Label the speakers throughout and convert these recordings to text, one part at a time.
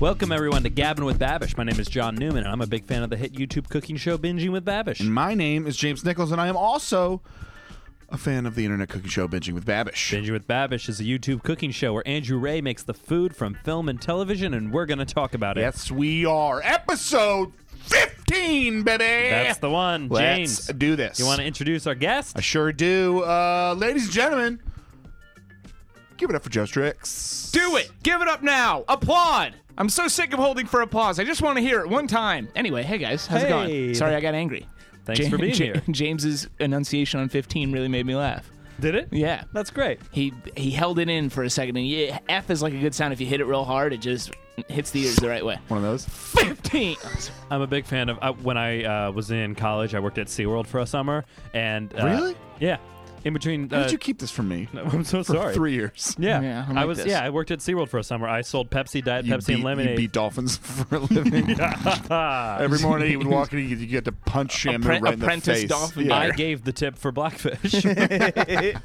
Speaker 1: Welcome everyone to Gabbing with Babish. My name is John Newman, and I'm a big fan of the hit YouTube cooking show Binging with Babish.
Speaker 2: And my name is James Nichols, and I am also a fan of the internet cooking show Binging with Babish.
Speaker 1: Binging with Babish is a YouTube cooking show where Andrew Ray makes the food from film and television, and we're going to talk about it.
Speaker 2: Yes, we are. Episode 15, baby.
Speaker 1: That's the one, James.
Speaker 2: Let's do this.
Speaker 1: You want to introduce our guest?
Speaker 2: I sure do. Uh, ladies and gentlemen, give it up for Joe Strix.
Speaker 3: Do it! Give it up now! Applaud! I'm so sick of holding for applause. I just want to hear it one time. Anyway, hey guys, how's it
Speaker 1: Hey.
Speaker 3: going? Sorry, I got angry.
Speaker 1: Thanks for being here.
Speaker 3: James's enunciation on 15 really made me laugh.
Speaker 1: Did it?
Speaker 3: Yeah,
Speaker 1: That's great.
Speaker 3: he he held it in for a second, and yeah, F is like a good sound. If you hit it real hard, it just hits the ears the right way.
Speaker 2: One of those.
Speaker 3: 15.
Speaker 1: I'm a big fan of. Uh, when I uh, was in college, I worked at SeaWorld for a summer, and uh,
Speaker 2: Really?
Speaker 1: yeah, in between.
Speaker 2: How
Speaker 1: Uh,
Speaker 2: did you keep this from me?
Speaker 1: I'm so
Speaker 2: For
Speaker 1: sorry.
Speaker 2: three years.
Speaker 1: Yeah,
Speaker 3: Yeah,
Speaker 1: I,
Speaker 3: I'm like
Speaker 1: was.
Speaker 3: this.
Speaker 1: Yeah, I worked at SeaWorld for a summer. I sold Pepsi, Diet
Speaker 2: You
Speaker 1: Pepsi,
Speaker 2: beat,
Speaker 1: and
Speaker 2: you
Speaker 1: lemonade.
Speaker 2: beat dolphins for a living. Every morning he would walk in, you get to punch Shamu
Speaker 3: Appre-
Speaker 2: right in the
Speaker 3: apprentice
Speaker 2: face.
Speaker 3: dolphin
Speaker 2: Yeah.
Speaker 1: I gave the tip for Blackfish.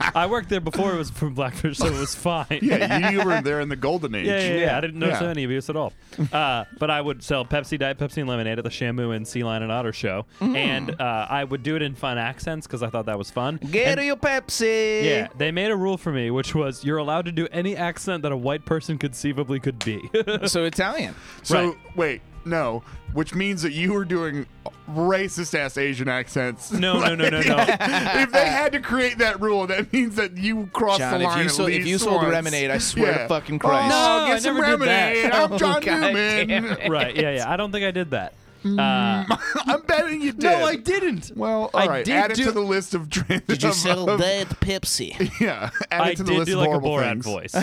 Speaker 1: I worked there before it was from Blackfish, so it was fine.
Speaker 2: yeah, you, you were there in the golden age.
Speaker 1: Yeah, yeah, yeah. I didn't notice
Speaker 2: Yeah.
Speaker 1: any abuse at all. Uh, but I would sell Pepsi Diet Pepsi and lemonade at the Shamu and Sea Lion and Otter show,
Speaker 2: Mm.
Speaker 1: and uh, I would do it in fun accents because I thought that was fun.
Speaker 3: Get
Speaker 1: And-
Speaker 3: your Pepsi.
Speaker 1: yeah, they made a rule for me, which was you're allowed to do any accent that a white person conceivably could be.
Speaker 3: So Italian.
Speaker 2: So
Speaker 1: Right.
Speaker 2: wait, no, which means that you were doing racist ass Asian accents.
Speaker 1: no, no, no, no, no.
Speaker 2: if they had to create that rule, that means that you crossed
Speaker 3: John,
Speaker 2: the
Speaker 3: if
Speaker 2: line.
Speaker 3: you
Speaker 2: at
Speaker 3: sold- if
Speaker 2: least
Speaker 3: you sold
Speaker 2: once.
Speaker 3: lemonade, I swear to fucking Christ.
Speaker 2: Oh,
Speaker 1: No,
Speaker 2: get
Speaker 1: I
Speaker 2: some
Speaker 1: never did that.
Speaker 2: lemonade. I'm
Speaker 3: Oh,
Speaker 2: John
Speaker 3: God damn
Speaker 2: Newman.
Speaker 3: it.
Speaker 1: right? Yeah, yeah. I don't think I did that. Uh,
Speaker 2: I'm betting you did.
Speaker 1: didn't.
Speaker 2: Well,
Speaker 1: I
Speaker 2: all right.
Speaker 1: did
Speaker 2: Add it
Speaker 1: do-
Speaker 2: to the list of. Did of, of-
Speaker 3: Pepsi.
Speaker 2: Yeah. Add
Speaker 1: I
Speaker 2: it to the
Speaker 1: did
Speaker 2: list
Speaker 1: do
Speaker 2: of
Speaker 1: like a
Speaker 2: horrible
Speaker 1: Borat
Speaker 2: things.
Speaker 1: voice.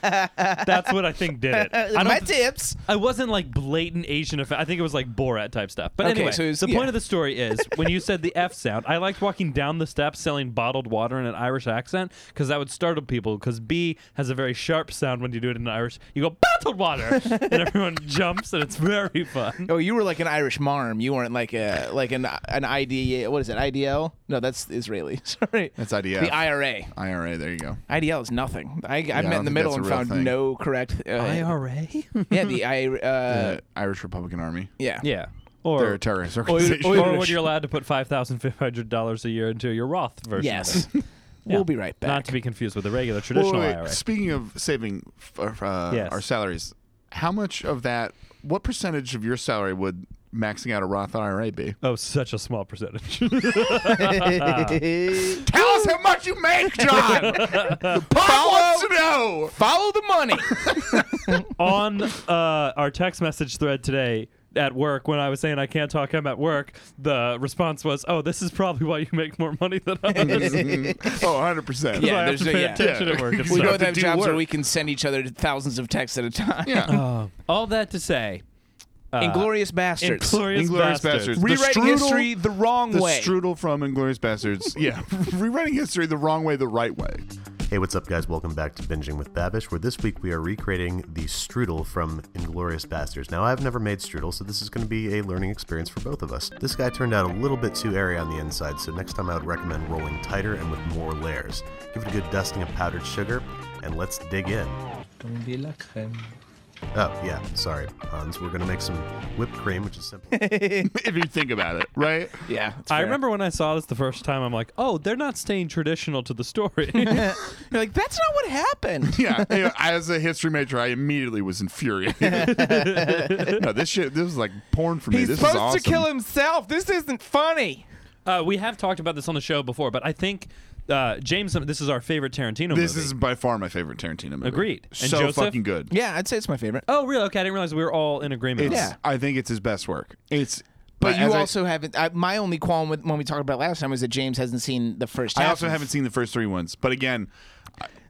Speaker 1: That's what I think did it. I don't
Speaker 3: My
Speaker 1: th-
Speaker 3: tips.
Speaker 1: I wasn't like blatant Asian offense. I think it was like Borat type stuff. But
Speaker 3: Okay,
Speaker 1: anyway,
Speaker 3: so it's-
Speaker 1: the
Speaker 3: yeah.
Speaker 1: point of the story is when you said the F sound, I liked walking down the steps selling bottled water in an Irish accent because that would startle people. Because B has a very sharp sound when you do it in Irish. You go bottled water, and everyone jumps, and it's very fun.
Speaker 3: Oh, you were like an Irish marm. You weren't like a like an an ID. What is it? IDL? No, that's Israeli. Sorry,
Speaker 2: That's IDF.
Speaker 3: the IRA.
Speaker 2: IRA. There you go.
Speaker 3: IDL is nothing. I, I
Speaker 2: don't
Speaker 3: met in the
Speaker 2: think
Speaker 3: middle
Speaker 2: that's a
Speaker 3: and
Speaker 2: real
Speaker 3: found
Speaker 2: thing.
Speaker 3: no correct. Uh,
Speaker 1: IRA.
Speaker 3: Yeah, the I.
Speaker 2: Uh,
Speaker 3: Uh,
Speaker 2: Irish Republican Army.
Speaker 3: yeah.
Speaker 1: Yeah.
Speaker 2: They're
Speaker 1: Or
Speaker 2: a terrorist
Speaker 1: or,
Speaker 2: organization.
Speaker 1: or when you're allowed to put five thousand five hundred dollars a year into your Roth version. of
Speaker 3: Yes.
Speaker 1: it.
Speaker 3: We'll be right back.
Speaker 1: Not to be confused with the regular
Speaker 2: Wait,
Speaker 1: traditional
Speaker 2: wait, wait.
Speaker 1: IRA.
Speaker 2: Speaking of saving f- uh,
Speaker 1: Yes.
Speaker 2: our salaries, how much of that, what percentage of your salary would maxing out a Roth IRA be?
Speaker 1: Oh, such a small percentage.
Speaker 2: Tell us how much you make, John. the pop wants to know.
Speaker 3: Follow the money.
Speaker 1: on uh, our text message thread today at work when I was saying I can't talk, I'm at work, the response was, "Oh, this is probably why you make more money than us."
Speaker 2: oh, 100 percent.
Speaker 3: Yeah,
Speaker 1: I have
Speaker 3: there's
Speaker 1: to
Speaker 3: no-
Speaker 1: pay
Speaker 3: yeah.
Speaker 1: attention at work. I'm
Speaker 2: We
Speaker 3: we
Speaker 1: sorry.
Speaker 2: have
Speaker 3: both
Speaker 2: to
Speaker 3: have
Speaker 2: do
Speaker 3: jobs where
Speaker 2: work.
Speaker 3: we can send each other thousands of texts at a time.
Speaker 1: Uh, all that to say, uh,
Speaker 3: Inglorious bastards.
Speaker 1: Inglorious
Speaker 2: Inglourious
Speaker 1: Bastards.
Speaker 2: Bastards. The
Speaker 3: Rewriting
Speaker 2: strudel-
Speaker 3: history the wrong
Speaker 2: The
Speaker 3: way.
Speaker 2: strudel from Inglorious Bastards. Yeah, rewriting history the wrong way, the right way.
Speaker 4: Hey, what's up, guys? Welcome back to Binging with Babish, where this week we are recreating the strudel from Inglorious Bastards. Now, I've never made strudel, so this is going to be a learning experience for both of us. This guy turned out a little bit too airy on the inside, so next time I would recommend rolling tighter and with more layers. Give it a good dusting of powdered sugar, and let's dig in. Oh, yeah, sorry, Hans. We're going to make some whipped cream, which is simple.
Speaker 2: if you think about it, right?
Speaker 3: yeah. it's
Speaker 1: I
Speaker 3: fair.
Speaker 1: remember when I saw this the first time, I'm like, "Oh, they're not staying traditional to the story."
Speaker 3: You're like, that's not what happened.
Speaker 2: Yeah, you know, as a history major, I immediately was infuriated. no, this shit, this was like porn for me.
Speaker 3: He's
Speaker 2: this is
Speaker 3: supposed
Speaker 2: awesome.
Speaker 3: to kill himself. This isn't funny.
Speaker 1: uh, we have talked about this on the show before, but I think uh, James, this is our favorite Tarantino.
Speaker 2: This
Speaker 1: movie.
Speaker 2: is by far my favorite Tarantino movie.
Speaker 1: Agreed. And
Speaker 2: so
Speaker 1: Joseph?
Speaker 2: fucking good.
Speaker 3: Yeah, I'd say it's my favorite.
Speaker 1: Oh, really? Okay, I didn't realize we were all in agreement. on
Speaker 2: It's,
Speaker 1: this.
Speaker 3: Yeah.
Speaker 2: I think it's his best work. It's,
Speaker 3: But you
Speaker 2: as I-
Speaker 3: also haven't. I, my only qualm with when we talked about it last time was that James hasn't seen the first.
Speaker 2: I
Speaker 3: half
Speaker 2: also
Speaker 3: of-
Speaker 2: haven't seen the first three ones, but again,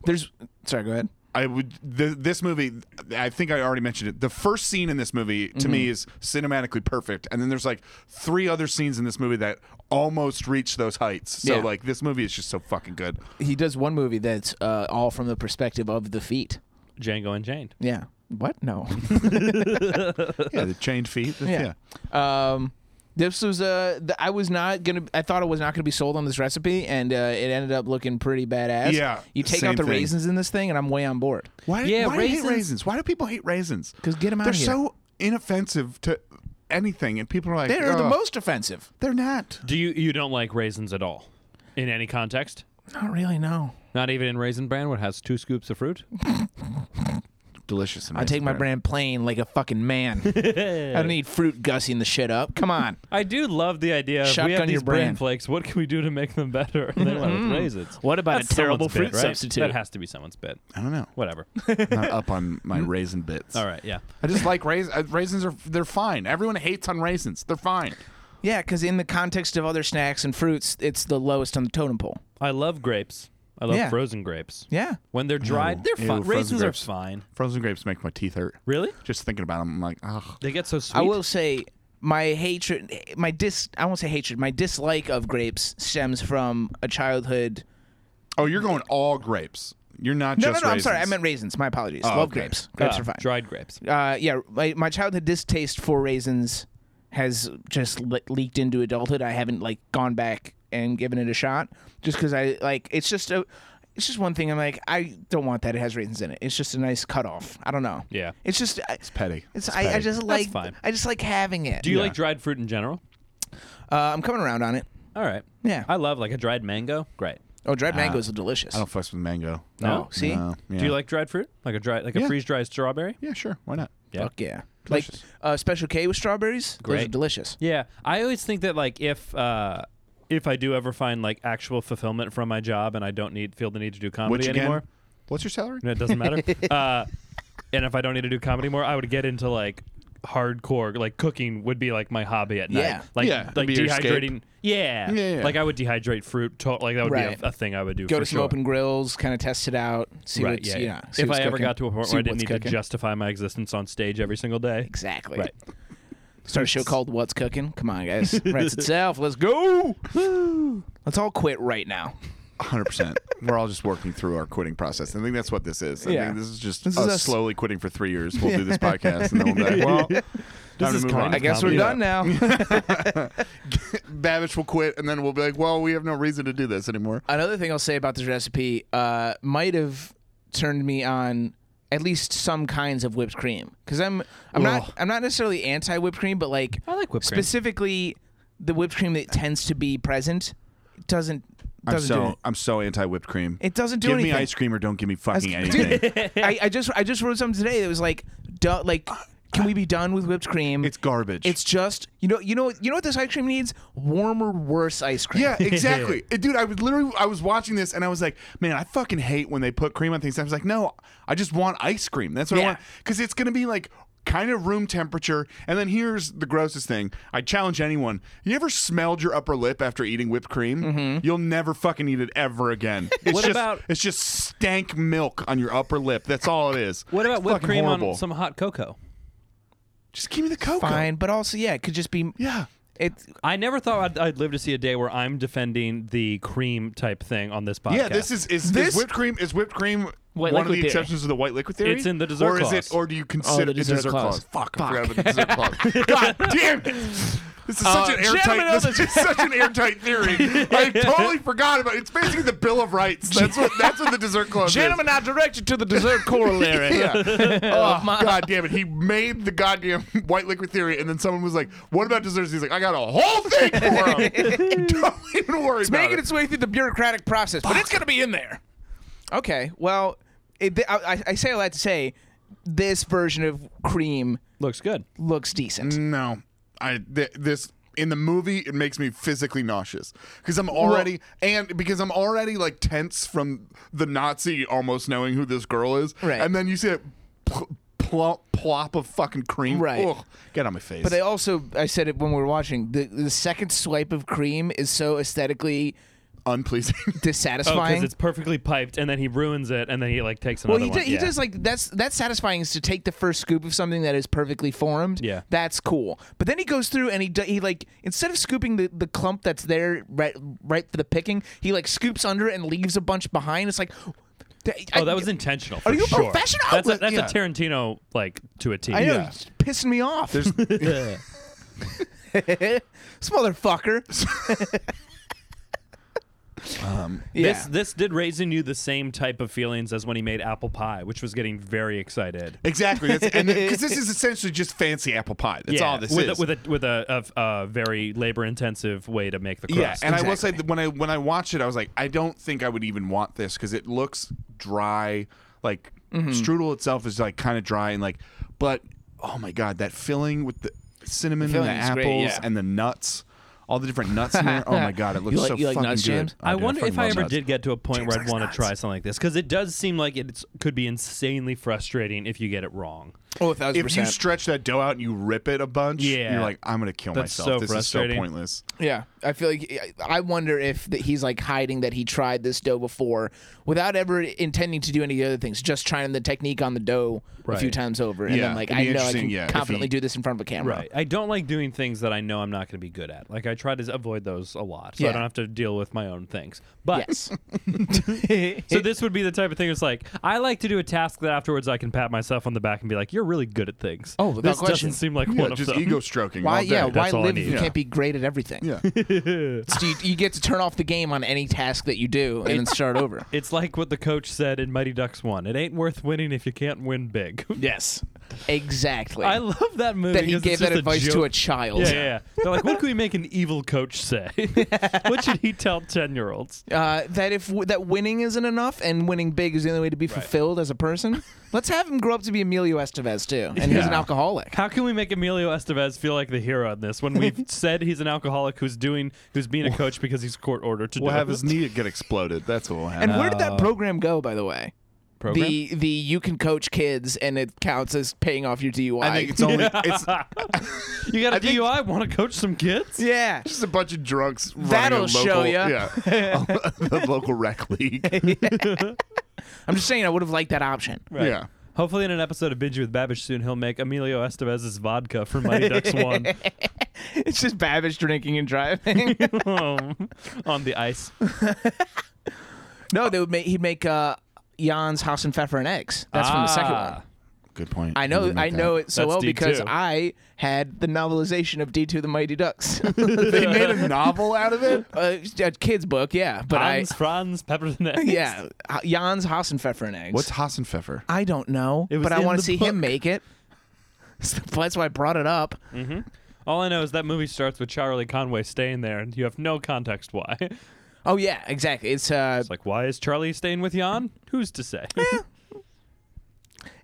Speaker 3: There's. Sorry, go ahead.
Speaker 2: I would th- this movie. I think I already mentioned it. The first scene in this movie to me
Speaker 1: Mm-hmm.
Speaker 2: is cinematically perfect, and then there's like three other scenes in this movie that almost reach those heights. So
Speaker 3: Yeah.
Speaker 2: like this movie is just so fucking good.
Speaker 3: He does one movie that's uh, all from the perspective of the feet.
Speaker 1: Django Unchained.
Speaker 3: Yeah. What? No.
Speaker 2: Yeah, the chained feet.
Speaker 3: yeah. Um, This was uh, th- I was not gonna. I thought I was not gonna be sold on this recipe, and uh, it ended up looking pretty badass.
Speaker 2: Yeah,
Speaker 3: you take
Speaker 2: same
Speaker 3: out the
Speaker 2: thing.
Speaker 3: raisins in this thing, and I'm way on board.
Speaker 2: Why,
Speaker 1: Yeah,
Speaker 2: why do you hate
Speaker 1: raisins-
Speaker 2: raisins? Why do people hate raisins?
Speaker 3: 'Cause get 'em outta
Speaker 2: They're
Speaker 3: here.
Speaker 2: so inoffensive to anything, and people are like,
Speaker 3: They're the
Speaker 2: "Ugh,
Speaker 3: most offensive.
Speaker 2: They're not.
Speaker 1: Do you you don't like raisins at all in any context?
Speaker 3: Not really. No,
Speaker 1: Not even in raisin bran, what has two scoops of fruit.
Speaker 2: Delicious.
Speaker 3: I take my brand plain like a fucking man. I don't need fruit gussing the shit up. Come on.
Speaker 1: I do love the idea. Of we
Speaker 3: Shotgun
Speaker 1: have
Speaker 3: your
Speaker 1: these bran
Speaker 3: brand.
Speaker 1: flakes. What can we do to make them better? And they went with raisins.
Speaker 5: What about
Speaker 1: That's
Speaker 5: a terrible
Speaker 1: someone's bit,
Speaker 5: fruit
Speaker 1: right?
Speaker 5: substitute?
Speaker 1: That has to be someone's bit.
Speaker 2: I don't know.
Speaker 1: Whatever.
Speaker 2: not up on my raisin bits.
Speaker 1: all right. Yeah.
Speaker 2: I just like raisins. Raisins are they're fine. Everyone hates on raisins. They're fine.
Speaker 3: Yeah, because in the context of other snacks and fruits, it's the lowest on the totem pole.
Speaker 1: I love grapes. I love
Speaker 3: Yeah.
Speaker 1: frozen grapes.
Speaker 3: Yeah.
Speaker 1: When they're dried,
Speaker 2: Ew.
Speaker 1: they're
Speaker 2: Ew,
Speaker 1: fine.
Speaker 2: frozen
Speaker 1: Raisins are
Speaker 2: grapes.
Speaker 1: fine.
Speaker 2: Frozen grapes make my teeth hurt.
Speaker 1: Really?
Speaker 2: Just thinking about them, I'm like, ugh.
Speaker 1: They get so sweet.
Speaker 3: I will say my hatred, my dis, I won't say hatred, my dislike of grapes stems from a childhood.
Speaker 2: Oh, you're going all grapes. You're not
Speaker 3: No,
Speaker 2: just
Speaker 3: no, no.
Speaker 2: raisins.
Speaker 3: I'm sorry. I meant raisins. My apologies.
Speaker 2: Oh,
Speaker 3: Love
Speaker 2: okay.
Speaker 3: grapes. Grapes
Speaker 1: Ah,
Speaker 3: are fine.
Speaker 1: Dried grapes.
Speaker 3: uh, yeah, my, my childhood distaste for raisins has just le- leaked into adulthood. I haven't like gone back and given it a shot just because I like it's just a it's just one thing. I'm like I don't want that. It has raisins in it. It's just a nice cutoff. I don't know.
Speaker 1: Yeah.
Speaker 3: it's just I, it's
Speaker 2: petty.
Speaker 3: It's, I, I
Speaker 2: petty.
Speaker 3: just like
Speaker 1: fine.
Speaker 3: I just like having it.
Speaker 1: Do you like dried fruit in general?
Speaker 3: uh, I'm coming around on it.
Speaker 1: All right.
Speaker 3: Yeah.
Speaker 1: I love like a dried mango. Great.
Speaker 3: Oh, dried mangoes are delicious.
Speaker 2: I don't fuss with mango.
Speaker 1: No?
Speaker 3: see,
Speaker 2: No, yeah.
Speaker 1: Do you like dried fruit? Like a dried, like a
Speaker 2: Yeah.
Speaker 1: freeze dried strawberry?
Speaker 2: Yeah, sure. Why not?
Speaker 1: Yeah.
Speaker 3: fuck yeah.
Speaker 2: Delicious.
Speaker 3: Like uh, special K with strawberries. Those are
Speaker 1: Great.
Speaker 3: delicious.
Speaker 1: Yeah, I always think that like if uh if I do ever find like actual fulfillment from my job and I don't need feel the need to do comedy
Speaker 2: Which again?
Speaker 1: anymore,
Speaker 2: What's your salary?
Speaker 1: and it doesn't matter. uh, and if I don't need to do comedy anymore, I would get into like hardcore like cooking would be like my hobby at night.
Speaker 3: Yeah.
Speaker 1: like
Speaker 2: Yeah,
Speaker 1: like
Speaker 2: that'd be your escape.
Speaker 1: dehydrating. Yeah.
Speaker 2: Yeah, yeah.
Speaker 1: like I would dehydrate fruit. To- like that would
Speaker 3: Right.
Speaker 1: be a, a thing I would do.
Speaker 3: Go
Speaker 1: for
Speaker 3: to some
Speaker 1: sure.
Speaker 3: open grills, kind of test it out, see
Speaker 1: Right,
Speaker 3: what's
Speaker 1: yeah,
Speaker 3: you
Speaker 1: yeah.
Speaker 3: know, see
Speaker 1: if I
Speaker 3: what's
Speaker 1: ever
Speaker 3: cooking.
Speaker 1: got to a point
Speaker 3: See
Speaker 1: where I didn't
Speaker 3: what's
Speaker 1: need to
Speaker 3: cooking.
Speaker 1: justify my existence on stage every single day,
Speaker 3: Exactly.
Speaker 1: Right.
Speaker 3: Start a show called What's Cooking. Come on, guys. Writes itself. Let's go. Let's all quit right now.
Speaker 2: 100%. We're all just working through our quitting process. I think that's what this is. I
Speaker 3: Yeah.
Speaker 2: think this is just
Speaker 3: This is
Speaker 2: us,
Speaker 3: us.
Speaker 2: slowly quitting for three years. We'll do this podcast and then we'll be like, well, time
Speaker 1: is
Speaker 2: to move
Speaker 1: kind
Speaker 2: on.
Speaker 1: of
Speaker 3: I guess we're
Speaker 1: Yeah.
Speaker 3: done now.
Speaker 2: Babbage will quit and then we'll be like, well, we have no reason to do this anymore.
Speaker 3: Another thing I'll say about this recipe uh, might have turned me on at least some kinds of whipped cream because I'm I'm not I'm not necessarily anti whipped cream, but like
Speaker 1: I like whipped cream.
Speaker 3: specifically the whipped cream that tends to be present doesn't
Speaker 2: I'm
Speaker 3: doesn't do
Speaker 2: so,
Speaker 3: it.
Speaker 2: I'm so anti whipped cream.
Speaker 3: It doesn't do
Speaker 2: give
Speaker 3: anything.
Speaker 2: me ice cream or don't give me fucking
Speaker 3: That's-
Speaker 2: anything.
Speaker 3: I, I just I just wrote something today that was like, duh, like, can we be done with whipped cream?
Speaker 2: It's garbage.
Speaker 3: It's just you know you know you know what this ice cream needs warmer worse ice cream.
Speaker 2: Yeah, exactly. Uh, Dude, I was literally I was watching this and I was like, man, I fucking hate when they put cream on things. I was like, no, I just want ice cream. That's what I
Speaker 3: Yeah.
Speaker 2: want cuz it's going to be like kind of room temperature. And then here's the grossest thing. I challenge anyone. You ever smelled your upper lip after eating whipped cream? You'll never fucking eat it ever again. It's
Speaker 1: Mm-hmm. What
Speaker 2: just
Speaker 1: about-
Speaker 2: it's just stank milk on your upper lip. That's all it is.
Speaker 1: What about
Speaker 2: It's
Speaker 1: whipped
Speaker 2: fucking
Speaker 1: cream
Speaker 2: horrible.
Speaker 1: on some hot cocoa?
Speaker 2: Just give me the cocoa.
Speaker 3: fine, but also yeah, it could just be
Speaker 2: Yeah.
Speaker 3: It
Speaker 1: I never thought I'd, I'd live to see a day where I'm defending the cream type thing on this podcast.
Speaker 2: Yeah, this is is this
Speaker 3: This-
Speaker 2: is whipped cream is whipped cream
Speaker 5: White
Speaker 2: one of
Speaker 5: liquid
Speaker 2: the
Speaker 5: theory.
Speaker 2: exceptions of the white liquid theory.
Speaker 1: It's in the dessert
Speaker 2: or is it
Speaker 1: clause.
Speaker 2: or do you consider it
Speaker 3: Oh, dessert
Speaker 2: dessert clause?
Speaker 3: clause.
Speaker 2: Fuck, I forgot about the dessert clause. God damn it! This is such an
Speaker 3: Uh, gentlemen
Speaker 2: airtight.
Speaker 3: of
Speaker 2: This is such an airtight theory. I totally forgot about. it. It's basically the Bill of Rights. That's what. That's what the dessert clause
Speaker 3: gentlemen, I direct you to the dessert corollary.
Speaker 2: is. Yeah. Oh, God damn it! He made the goddamn white liquid theory, and then someone was like, "What about desserts?" He's like, "I got a whole thing for him. Don't even worry
Speaker 3: It's
Speaker 2: about
Speaker 3: making
Speaker 2: it."
Speaker 3: its way through the bureaucratic process, but it's gonna be in there. Okay, well, it, I, I- I say all that to say this version of cream
Speaker 1: looks good.
Speaker 3: looks decent.
Speaker 2: No, I th- this in the movie it makes me physically nauseous because I'm already and because I'm already like tense from the Nazi almost knowing who this girl is,
Speaker 3: Right.
Speaker 2: And then you see it pl- plop plop of fucking cream,
Speaker 3: Right.
Speaker 2: Ugh, get on my face.
Speaker 3: But they also, I said it when we were watching, the, the second swipe of cream is so aesthetically
Speaker 2: unpleasing.
Speaker 1: Oh,
Speaker 3: dissatisfying.
Speaker 1: because it's perfectly piped, and then he ruins it, and then he like takes another
Speaker 3: well, he,
Speaker 1: one.
Speaker 3: d- he
Speaker 1: yeah.
Speaker 3: does like that's that's satisfying is to take the first scoop of something that is perfectly formed.
Speaker 1: Yeah.
Speaker 3: that's cool. But then he goes through and he d- he like instead of scooping the, the clump that's there right right for the picking, he like scoops under it and leaves a bunch behind. It's like, th- I-
Speaker 1: Oh, that was intentional. for
Speaker 3: Are you a
Speaker 1: sure.
Speaker 3: professional?
Speaker 1: That's a,
Speaker 3: Like,
Speaker 1: that's
Speaker 2: yeah.
Speaker 1: a Tarantino like to a T.
Speaker 3: I know
Speaker 2: Yeah.
Speaker 3: it's pissing me off.
Speaker 2: There's
Speaker 1: Yeah.
Speaker 3: this motherfucker. yeah.
Speaker 1: Um, This this did raise in you the same type of feelings as when he made apple pie, which was getting very excited.
Speaker 2: Exactly. That's, and because this is essentially just fancy apple pie. That's
Speaker 1: Yeah,
Speaker 2: all this
Speaker 1: with
Speaker 2: is.
Speaker 1: A, with a with a, a, a very labor intensive way to make the crust.
Speaker 2: yeah, and I will say that when I when I watched it, I was like, I don't think I would even want this because it looks dry. Like
Speaker 3: Mm-hmm.
Speaker 2: strudel itself is like kind of dry and like, but oh my god, that filling with the cinnamon
Speaker 3: The
Speaker 2: and the
Speaker 3: filling's
Speaker 2: apples
Speaker 3: great, yeah.
Speaker 2: and the nuts, all the different nuts in there. Oh my god, it looks
Speaker 3: like-
Speaker 2: so
Speaker 3: you like
Speaker 2: fucking
Speaker 3: nuts,
Speaker 2: good.
Speaker 3: James?
Speaker 2: Oh,
Speaker 1: I
Speaker 2: dude,
Speaker 1: wonder if
Speaker 2: fucking
Speaker 1: I
Speaker 2: love
Speaker 1: ever
Speaker 2: nuts.
Speaker 1: did get to a point
Speaker 2: James
Speaker 1: where I'd
Speaker 2: likes
Speaker 1: want to
Speaker 2: nuts.
Speaker 1: try something like this because it does seem like it could be insanely frustrating if you get it wrong.
Speaker 3: Oh, a thousand
Speaker 2: If you
Speaker 3: percent.
Speaker 2: stretch that dough out and you rip it a bunch,
Speaker 1: Yeah.
Speaker 2: you're like, I'm gonna kill
Speaker 1: That's so
Speaker 2: myself. this is so
Speaker 1: frustrating.
Speaker 2: pointless.
Speaker 3: yeah, I feel like eh, I wonder if that he's like hiding that he tried this dough before, without ever intending to do any of the other things, just trying the technique on the dough a few
Speaker 1: Right.
Speaker 3: times over, and
Speaker 2: Yeah,
Speaker 3: then like
Speaker 2: it'd be
Speaker 3: I know I
Speaker 2: interesting,
Speaker 3: can
Speaker 2: yeah, if
Speaker 3: confidently
Speaker 2: he-
Speaker 3: do this in front of a camera.
Speaker 1: Right. I don't like doing things that I know I'm not going to be good at. Like I try to avoid those a lot, so
Speaker 3: Yeah.
Speaker 1: I don't have to deal with my own things. But
Speaker 3: Yes.
Speaker 1: so this would be the type of thing. It's like I like to do a task that afterwards I can pat myself on the back and be like, "You're really good at things."
Speaker 3: Oh, without
Speaker 1: this
Speaker 3: question.
Speaker 1: doesn't seem like
Speaker 2: Yeah,
Speaker 1: one of
Speaker 2: just
Speaker 1: them.
Speaker 2: ego stroking.
Speaker 3: Why?
Speaker 2: all day.
Speaker 3: Yeah. Why
Speaker 1: That's all I
Speaker 3: live if you
Speaker 1: need.
Speaker 2: Yeah.
Speaker 3: can't be great at everything?
Speaker 2: Yeah.
Speaker 3: So you, you get to turn off the game on any task that you do and then start over.
Speaker 1: It's like what the coach said in Mighty Ducks One. It ain't worth winning if you can't win big.
Speaker 3: Yes. Exactly.
Speaker 1: I love that movie.
Speaker 3: that he
Speaker 1: 'cause
Speaker 3: gave
Speaker 1: it's
Speaker 3: that
Speaker 1: just
Speaker 3: advice
Speaker 1: joke.
Speaker 3: to a child.
Speaker 1: Yeah, yeah, yeah. They're like, what can we make an evil coach say? what should he tell ten-year-olds?
Speaker 3: uh, that if w- that winning isn't enough and winning big is the only way to be fulfilled as a person, let's have him grow up to be Emilio Estevez too, and he's an
Speaker 1: Yeah.
Speaker 3: alcoholic.
Speaker 1: How can we make Emilio Estevez feel like the hero on this when we've said he's an alcoholic who's doing who's being a coach because he's court ordered to
Speaker 2: We'll
Speaker 1: do
Speaker 2: have
Speaker 1: it?
Speaker 2: his knee get exploded. That's what will happen.
Speaker 3: And where did that program go, by the way?
Speaker 1: program?
Speaker 3: The the you can coach kids and it counts as paying off your
Speaker 1: Uh,
Speaker 3: DUI.
Speaker 2: I think it's only it's
Speaker 1: you got a
Speaker 2: I think-
Speaker 1: DUI? Want to coach some kids?
Speaker 3: yeah.
Speaker 2: just a bunch of drunks. running
Speaker 3: That'll
Speaker 2: a local,
Speaker 3: show ya.
Speaker 2: Yeah, the local rec league.
Speaker 3: I'm just saying I would have liked that option.
Speaker 1: Right.
Speaker 2: Yeah.
Speaker 1: Hopefully, in an episode of Binge with Babish soon, he'll make Emilio Estevez's vodka for Mighty Ducks One
Speaker 3: It's just Babish drinking and driving.
Speaker 1: um, on the ice.
Speaker 3: no, they would make he'd make uh, Jan's House and Pfeffer and Eggs. That's from the second
Speaker 1: Ah.
Speaker 3: one.
Speaker 2: Good point.
Speaker 3: I know, I know it so
Speaker 1: That's
Speaker 3: well because
Speaker 1: D2.
Speaker 3: I had the novelization of D two the Mighty Ducks,
Speaker 2: They made a novel out of it.
Speaker 3: a, a kid's book, yeah. But
Speaker 1: Hans, Franz, Pepper's
Speaker 3: I, yeah, Jan's Hassenpfeffer and eggs.
Speaker 2: What's Hassenpfeffer?
Speaker 3: I don't know,
Speaker 1: It was
Speaker 3: but I
Speaker 1: in
Speaker 3: want
Speaker 1: the
Speaker 3: to see him
Speaker 1: book.
Speaker 3: make it. So That's why I brought it up.
Speaker 1: All I know is that movie starts with Charlie Conway staying there, and you have no context why. It's
Speaker 3: Oh yeah, exactly. It's uh,
Speaker 1: like, why is Charlie staying with Jan? Who's to say?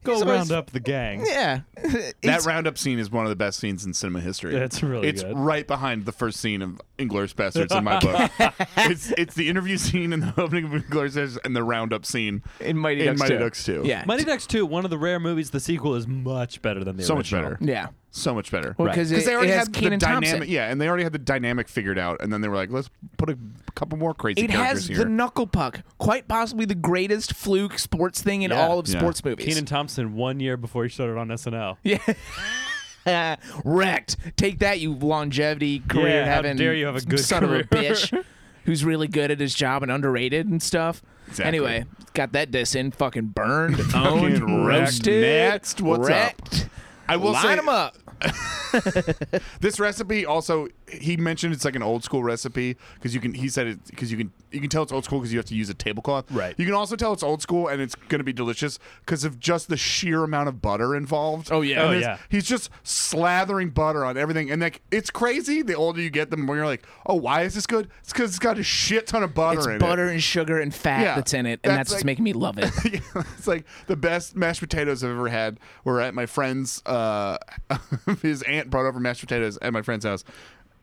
Speaker 1: Go
Speaker 3: He's always-
Speaker 1: round up the gang.
Speaker 3: yeah.
Speaker 2: That
Speaker 3: It's-
Speaker 2: roundup scene is one of the best scenes in cinema history.
Speaker 1: It's really
Speaker 2: It's
Speaker 1: good.
Speaker 2: right behind the first scene of Inglourious Bastards in my book. it's it's the interview scene and the opening of Inglourious Bastards and the roundup scene
Speaker 3: In Mighty
Speaker 2: in
Speaker 3: Ducks
Speaker 2: Mighty
Speaker 3: 2.
Speaker 2: Ducks Two.
Speaker 3: yeah,
Speaker 1: Mighty Ducks 2, one of the rare movies, the sequel is much better than the
Speaker 2: so much
Speaker 1: original.
Speaker 2: better.
Speaker 3: yeah.
Speaker 2: So much better.
Speaker 3: Well, 'cause it-
Speaker 2: they already
Speaker 3: it has
Speaker 2: had the
Speaker 3: Kenan Thompson.
Speaker 2: dynamic. Yeah, and they already had the dynamic figured out, and then they were like, let's put a couple more crazy
Speaker 3: It
Speaker 2: characters
Speaker 3: has
Speaker 2: here.
Speaker 3: the knuckle puck, quite possibly the greatest fluke sports thing in
Speaker 1: Yeah.
Speaker 3: all of
Speaker 2: Yeah.
Speaker 3: sports movies.
Speaker 1: Keenan Thompson, one year before he started on SNL.
Speaker 3: Yeah. Wrecked. Take that, you longevity career
Speaker 1: Yeah, how
Speaker 3: having
Speaker 1: dare you have a good
Speaker 3: son of a
Speaker 1: career.
Speaker 3: bitch who's really good at his job and underrated and stuff.
Speaker 2: Exactly.
Speaker 3: Anyway, got that diss in, fucking burned, owned,
Speaker 2: Fucking wrecked.
Speaker 3: roasted.
Speaker 2: Next, what's up?
Speaker 3: wrecked.
Speaker 2: I will
Speaker 3: Line
Speaker 2: say,
Speaker 3: them up.
Speaker 2: This recipe also he mentioned it's like an old school recipe because you can he said it because you can you can tell it's old school because you have to use a tablecloth.
Speaker 1: Right.
Speaker 2: You can also tell it's old school and it's going to be delicious because of just the sheer amount of butter involved.
Speaker 3: Oh, yeah.
Speaker 2: And
Speaker 1: Oh,
Speaker 2: there's-
Speaker 1: yeah.
Speaker 2: He's just slathering butter on everything and like it's crazy. The older you get, the more you're like, oh, why is this good? It's because it's got a shit ton of butter
Speaker 3: It's
Speaker 2: in
Speaker 3: butter and sugar and fat
Speaker 2: Yeah,
Speaker 3: that's in it, and
Speaker 2: that's
Speaker 3: that's, what's
Speaker 2: like-
Speaker 3: making me love it.
Speaker 2: it. it's like the best mashed potatoes I've ever had were at my friend's uh his aunt brought over mashed potatoes at my friend's house.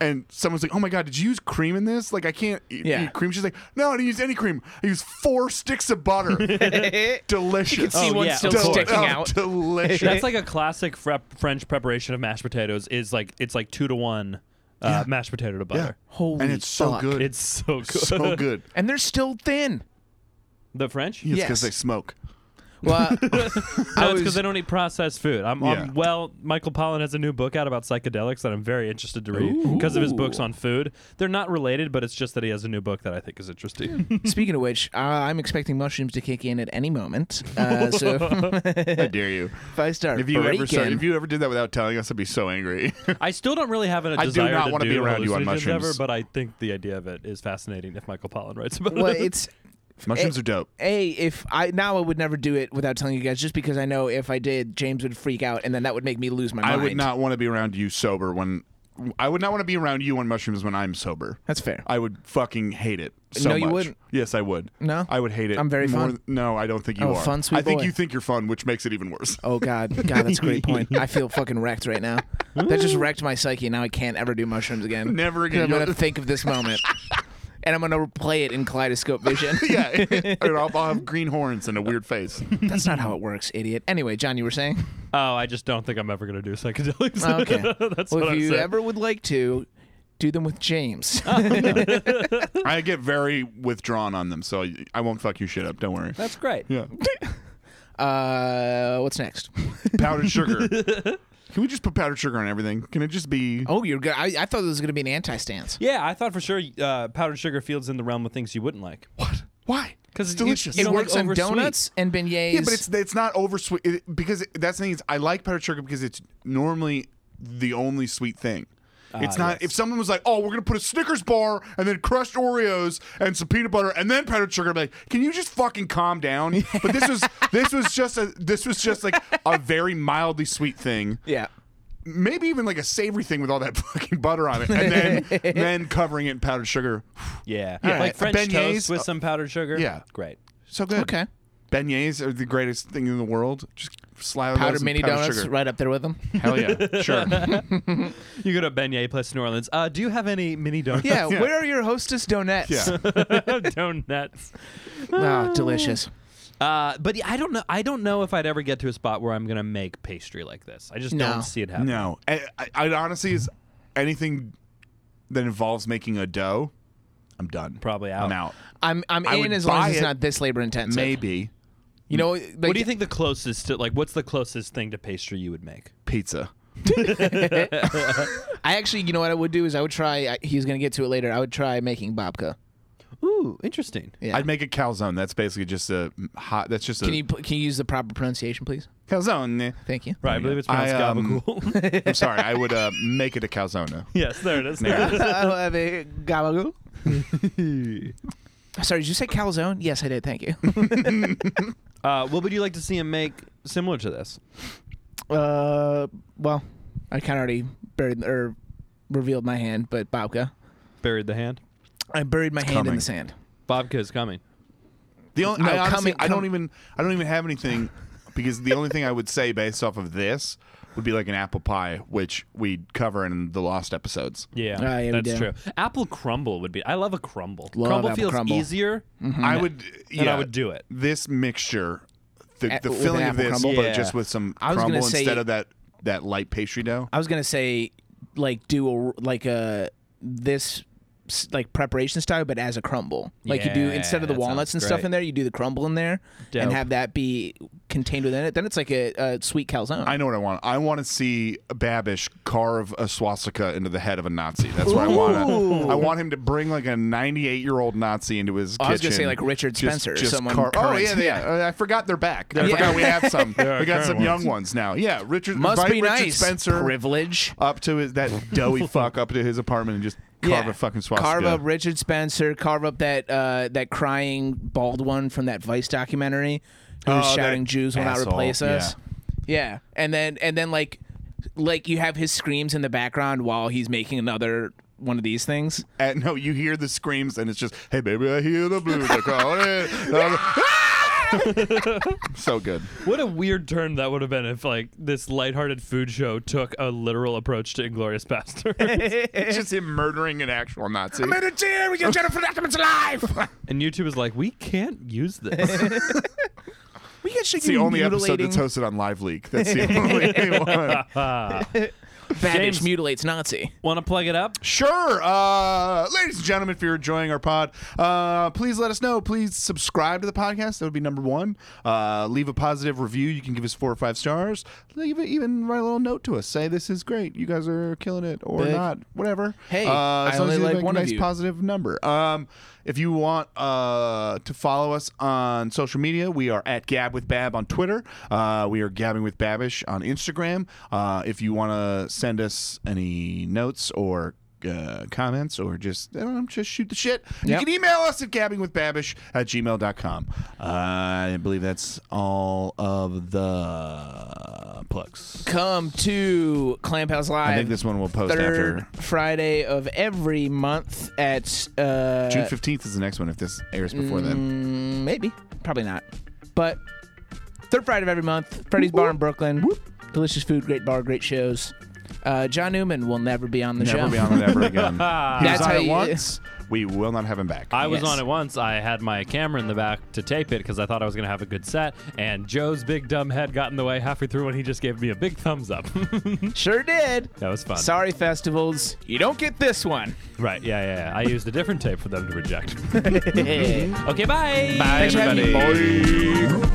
Speaker 2: And someone's like, "Oh my god, did you use cream in this? Like, I can't e-, eat,
Speaker 3: Yeah.
Speaker 2: eat cream." She's like, "No, I didn't use any cream. I used four sticks of butter. delicious.
Speaker 3: You can see
Speaker 1: Oh,
Speaker 3: one
Speaker 1: yeah,
Speaker 3: still
Speaker 1: of course.
Speaker 3: sticking
Speaker 2: oh,
Speaker 3: out.
Speaker 2: Delicious.
Speaker 1: That's like a classic frep- French preparation of mashed potatoes. Is like it's like two to one uh, mashed potato to butter.
Speaker 3: Holy
Speaker 2: and it's so
Speaker 3: fuck.
Speaker 2: good.
Speaker 1: It's so good.
Speaker 2: so good.
Speaker 3: And they're still thin.
Speaker 1: The French?
Speaker 2: Yes, because
Speaker 3: Yes.
Speaker 2: they smoke.
Speaker 3: Well,
Speaker 1: No,
Speaker 3: I
Speaker 1: it's because
Speaker 3: was-
Speaker 1: they don't eat processed food. I'm,
Speaker 2: Yeah.
Speaker 1: I'm well. Michael Pollan has a new book out about psychedelics that I'm very interested to read because of his books on food. They're not related, but it's just that he has a new book that I think is interesting.
Speaker 3: speaking of which, uh, I'm expecting mushrooms to kick in at any moment. Uh, so
Speaker 2: I dare you.
Speaker 3: if I start
Speaker 2: If you
Speaker 3: breaking,
Speaker 2: ever started, if you ever did that without telling us, I'd be so angry.
Speaker 1: I still don't really have an, a
Speaker 2: I do
Speaker 1: desire
Speaker 2: not
Speaker 1: to
Speaker 2: wanna
Speaker 1: do
Speaker 2: be around you on
Speaker 1: hallucinogens
Speaker 2: mushrooms.
Speaker 1: ever, but I think the idea of it is fascinating. If Michael Pollan writes about
Speaker 3: well,
Speaker 1: it,
Speaker 3: it's
Speaker 2: Mushrooms are dope.
Speaker 3: a if I now I would never do it without telling you guys, just because I know if I did, James would freak out, and then that would make me lose my mind.
Speaker 2: I would not want to be around you sober when. I would not want to be around you on mushrooms when I'm sober.
Speaker 3: That's fair.
Speaker 2: I would fucking hate it. So
Speaker 3: No, you
Speaker 2: much.
Speaker 3: wouldn't.
Speaker 2: Yes, I would.
Speaker 3: No?
Speaker 2: I would hate it.
Speaker 3: I'm very
Speaker 2: more
Speaker 3: fun.
Speaker 2: th- no, I don't think you
Speaker 3: Oh,
Speaker 2: are.
Speaker 3: fun, sweet
Speaker 2: I think
Speaker 3: boy.
Speaker 2: you think you're fun, which makes it even worse.
Speaker 3: Oh God, God, that's a great point. I feel fucking wrecked right now. That just wrecked my psyche. Now I can't ever do mushrooms again.
Speaker 2: Never again.
Speaker 3: 'Cause I'm
Speaker 2: You'll-
Speaker 3: gonna think of this moment, and I'm gonna play it in kaleidoscope vision.
Speaker 2: yeah, and I'll, I'll have green horns and a weird face.
Speaker 3: that's not how it works, idiot. Anyway, John, you were saying.
Speaker 1: oh, I just don't think I'm ever going to do psychedelics.
Speaker 3: Oh, Okay.
Speaker 1: that's
Speaker 3: well,
Speaker 1: what
Speaker 3: if
Speaker 1: I'm
Speaker 3: you
Speaker 1: saying.
Speaker 3: ever would like to, do them with James.
Speaker 2: I get very withdrawn on them, so I- I won't fuck you shit up. Don't worry.
Speaker 1: that's great.
Speaker 2: Yeah,
Speaker 3: uh, what's next?
Speaker 2: powdered sugar. Can we just put powdered sugar on everything? Can it just be?
Speaker 3: Oh, you're good. I, I thought this was gonna be an anti-stance.
Speaker 1: Yeah, I thought for sure uh, powdered sugar fields in the realm of things you wouldn't like.
Speaker 2: What? Why?
Speaker 1: 'Cause
Speaker 2: it's
Speaker 1: it-
Speaker 2: delicious.
Speaker 1: You
Speaker 3: It
Speaker 1: don't
Speaker 3: works
Speaker 1: like
Speaker 3: on
Speaker 1: oversweet.
Speaker 3: donuts and beignets.
Speaker 2: Yeah, but it's it's not over sweet it, because it- that's the thing is I like powdered sugar because it's normally the only sweet thing.
Speaker 3: Ah,
Speaker 2: It's not if someone was like, "Oh, we're gonna put a Snickers bar and then crushed Oreos and some peanut butter and then powdered sugar," I'd be like, can you just fucking calm down? But this was this was just a this was just like a very mildly sweet thing,
Speaker 3: yeah.
Speaker 2: maybe even like a savory thing with all that fucking butter on it, and then then covering it in powdered sugar.
Speaker 1: Yeah,
Speaker 2: Yeah.
Speaker 1: like French
Speaker 2: Beignets,
Speaker 1: toast with
Speaker 2: uh,
Speaker 1: some powdered sugar.
Speaker 2: yeah.
Speaker 1: great.
Speaker 2: So good.
Speaker 3: Okay.
Speaker 2: Beignets are the greatest thing in the world. Just slather
Speaker 3: Powdered
Speaker 2: those in
Speaker 3: mini
Speaker 2: powdered
Speaker 3: donuts,
Speaker 2: sugar.
Speaker 3: right up there with them.
Speaker 2: Hell yeah, sure.
Speaker 1: You go to a beignet place in New Orleans. Uh, do you have any mini donuts?
Speaker 3: Yeah,
Speaker 2: Yeah.
Speaker 3: Where are your hostess donuts?
Speaker 2: Yeah.
Speaker 1: donuts.
Speaker 3: Ah, delicious.
Speaker 1: Uh, but I don't know. I don't know if I'd ever get to a spot where I'm gonna make pastry like this. I just
Speaker 3: No.
Speaker 1: don't see it happen.
Speaker 2: No, I, I, I honestly is anything that involves making a dough. I'm done.
Speaker 1: Probably out.
Speaker 2: I'm out.
Speaker 3: I'm I'm
Speaker 2: I would
Speaker 3: in as long
Speaker 2: buy
Speaker 3: as it's
Speaker 2: it.
Speaker 3: not this labor intensive.
Speaker 2: Maybe
Speaker 3: You know, like,
Speaker 1: What do you think the closest to like? What's the closest thing to pastry you would make?
Speaker 2: pizza.
Speaker 3: I actually, you know what I would do is I would try. I, he's gonna get to it later. I would try making babka.
Speaker 1: Ooh, interesting.
Speaker 3: Yeah.
Speaker 2: I'd make a calzone. That's basically just a hot. That's just
Speaker 3: Can
Speaker 2: a
Speaker 3: you pl- can you use the proper pronunciation, please?
Speaker 2: calzone.
Speaker 3: Thank you.
Speaker 1: Right, I believe it's pronounced
Speaker 2: I, um,
Speaker 1: gabagool.
Speaker 2: I'm sorry. I would uh, make it a calzone.
Speaker 1: yes, there it is.
Speaker 3: I'll have a gabagool. Sorry, did you say calzone? Yes, I did. Thank you.
Speaker 1: Uh, what would you like to see him make similar to this?
Speaker 3: uh, well, I kind of already buried or revealed my hand, but babka.
Speaker 1: Buried the hand.
Speaker 3: I buried my hand in
Speaker 2: coming.
Speaker 3: the sand.
Speaker 1: Bobka is coming.
Speaker 2: The only
Speaker 3: No,
Speaker 2: I, honestly,
Speaker 3: coming-
Speaker 2: I don't
Speaker 3: com-
Speaker 2: even I don't even have anything because the only thing I would say based off of this would be like an apple pie, which we cover in the lost episodes.
Speaker 1: Yeah,
Speaker 3: Ah, yeah, we
Speaker 1: that's
Speaker 3: do.
Speaker 1: true. Apple crumble would be. I love a crumble.
Speaker 3: Love
Speaker 1: crumble
Speaker 3: apple
Speaker 1: feels
Speaker 3: crumble.
Speaker 1: easier,
Speaker 2: I would. Yeah,
Speaker 1: and I would do it.
Speaker 2: this mixture, the,
Speaker 3: A-
Speaker 2: the
Speaker 3: with
Speaker 2: filling
Speaker 3: an
Speaker 2: of
Speaker 3: apple
Speaker 2: this,
Speaker 3: crumble?
Speaker 2: but
Speaker 1: Yeah.
Speaker 2: just with some
Speaker 3: I was
Speaker 2: crumble
Speaker 3: gonna say-
Speaker 2: instead of that that light pastry dough.
Speaker 3: I was gonna say, like, do a like a this s- like preparation style, but as a crumble. Like you do
Speaker 1: Yeah,
Speaker 3: instead of the
Speaker 1: that
Speaker 3: walnuts and
Speaker 1: sounds
Speaker 3: stuff
Speaker 1: great.
Speaker 3: in there, you do the crumble in there,
Speaker 1: Dope.
Speaker 3: and have that be contained within it. Then it's like a, a sweet calzone.
Speaker 2: I know what I want. I want to see Babish carve a swastika into the head of a Nazi. That's what I want. to I want him to bring like a 98 year old Nazi into his kitchen.
Speaker 3: I was gonna say, like, Richard
Speaker 2: Just-
Speaker 3: Spencer,
Speaker 2: just
Speaker 3: someone
Speaker 2: carve- oh
Speaker 3: current.
Speaker 2: yeah, yeah. Uh, I forgot they're back. I
Speaker 3: Yeah.
Speaker 2: forgot we have some.
Speaker 1: are
Speaker 2: we got
Speaker 1: current
Speaker 2: some young ones now. Yeah, Richard.
Speaker 3: Must
Speaker 2: invite
Speaker 3: be
Speaker 2: Richard
Speaker 3: nice.
Speaker 2: Spencer
Speaker 3: Privilege.
Speaker 2: up to his that doughy fuck up to his apartment and just carve
Speaker 3: Yeah.
Speaker 2: a fucking swastika.
Speaker 3: Carve up Richard Spencer. Carve up that uh, that crying bald one from that Vice documentary, who was
Speaker 2: Oh,
Speaker 3: shouting
Speaker 2: that
Speaker 3: Jews will not
Speaker 2: asshole.
Speaker 3: replace us. Yeah. and then and then like like you have his screams in the background while he's making another one of these things.
Speaker 2: And no, you hear the screams, and it's just, "Hey, baby, I hear the blues are calling." And I'm like, "Ah!" so good.
Speaker 1: What a weird turn that would have been if like this lighthearted food show took a literal approach to Inglorious Bastard.
Speaker 2: It's just him murdering an actual Nazi.
Speaker 3: It's here. We get Jennifer Ackman's alive.
Speaker 1: and YouTube is like, we can't use this.
Speaker 3: We get
Speaker 2: It's the only episode
Speaker 3: mutilating.
Speaker 2: that's hosted on Live Leak. That's the only one.
Speaker 3: Babish
Speaker 1: James-
Speaker 3: mutilates Nazi.
Speaker 1: Want to plug it up?
Speaker 2: Sure. Uh, ladies and gentlemen, if you're enjoying our pod, uh, please let us know. Please subscribe to the podcast. That would be number one. Uh, leave a positive review. You can give us four or five stars. Leave it, even write a little note to us. Say this is great. You guys are killing it, or
Speaker 3: Big.
Speaker 2: not, whatever.
Speaker 3: Hey,
Speaker 2: uh,
Speaker 3: I
Speaker 2: as long
Speaker 3: only
Speaker 2: as you
Speaker 3: like
Speaker 2: make a
Speaker 3: one of
Speaker 2: nice
Speaker 3: you.
Speaker 2: positive number. Um, if you want uh, to follow us on social media, we are at Gab with Bab on Twitter. Uh, we are Gabbing with Babish on Instagram. Uh, if you want to send us any notes or uh, comments or just I don't know, just shoot the shit,
Speaker 3: Yep.
Speaker 2: you can email us at gabbingwithbabish at gmail.com. Uh, I believe that's all of the plugs.
Speaker 3: Come to Clamp House Live.
Speaker 2: I think this one will post
Speaker 3: third
Speaker 2: after.
Speaker 3: Friday of every month at uh,
Speaker 2: June 15th is the next one if this airs before then.
Speaker 3: mm, maybe, probably not, but third Friday of every month. Freddy's Bar in Brooklyn. Delicious food, great bar, great shows. Uh, John Newman will never be on the
Speaker 2: Never
Speaker 3: show.
Speaker 2: be on it ever again. He
Speaker 3: That's
Speaker 2: was on
Speaker 3: how
Speaker 2: it
Speaker 3: you-
Speaker 2: once. We will not have him back.
Speaker 1: I was
Speaker 3: Yes.
Speaker 1: on it once. I had my camera in the back to tape it because I thought I was going to have a good set, and Joe's big dumb head got in the way halfway through, and he just gave me a big thumbs up.
Speaker 3: Sure did.
Speaker 1: that was fun.
Speaker 3: Sorry, festivals. You don't get this one.
Speaker 1: Right? Yeah, yeah, yeah. I used a different tape for them to reject. okay, bye.
Speaker 3: Thanks for having me.
Speaker 2: Bye.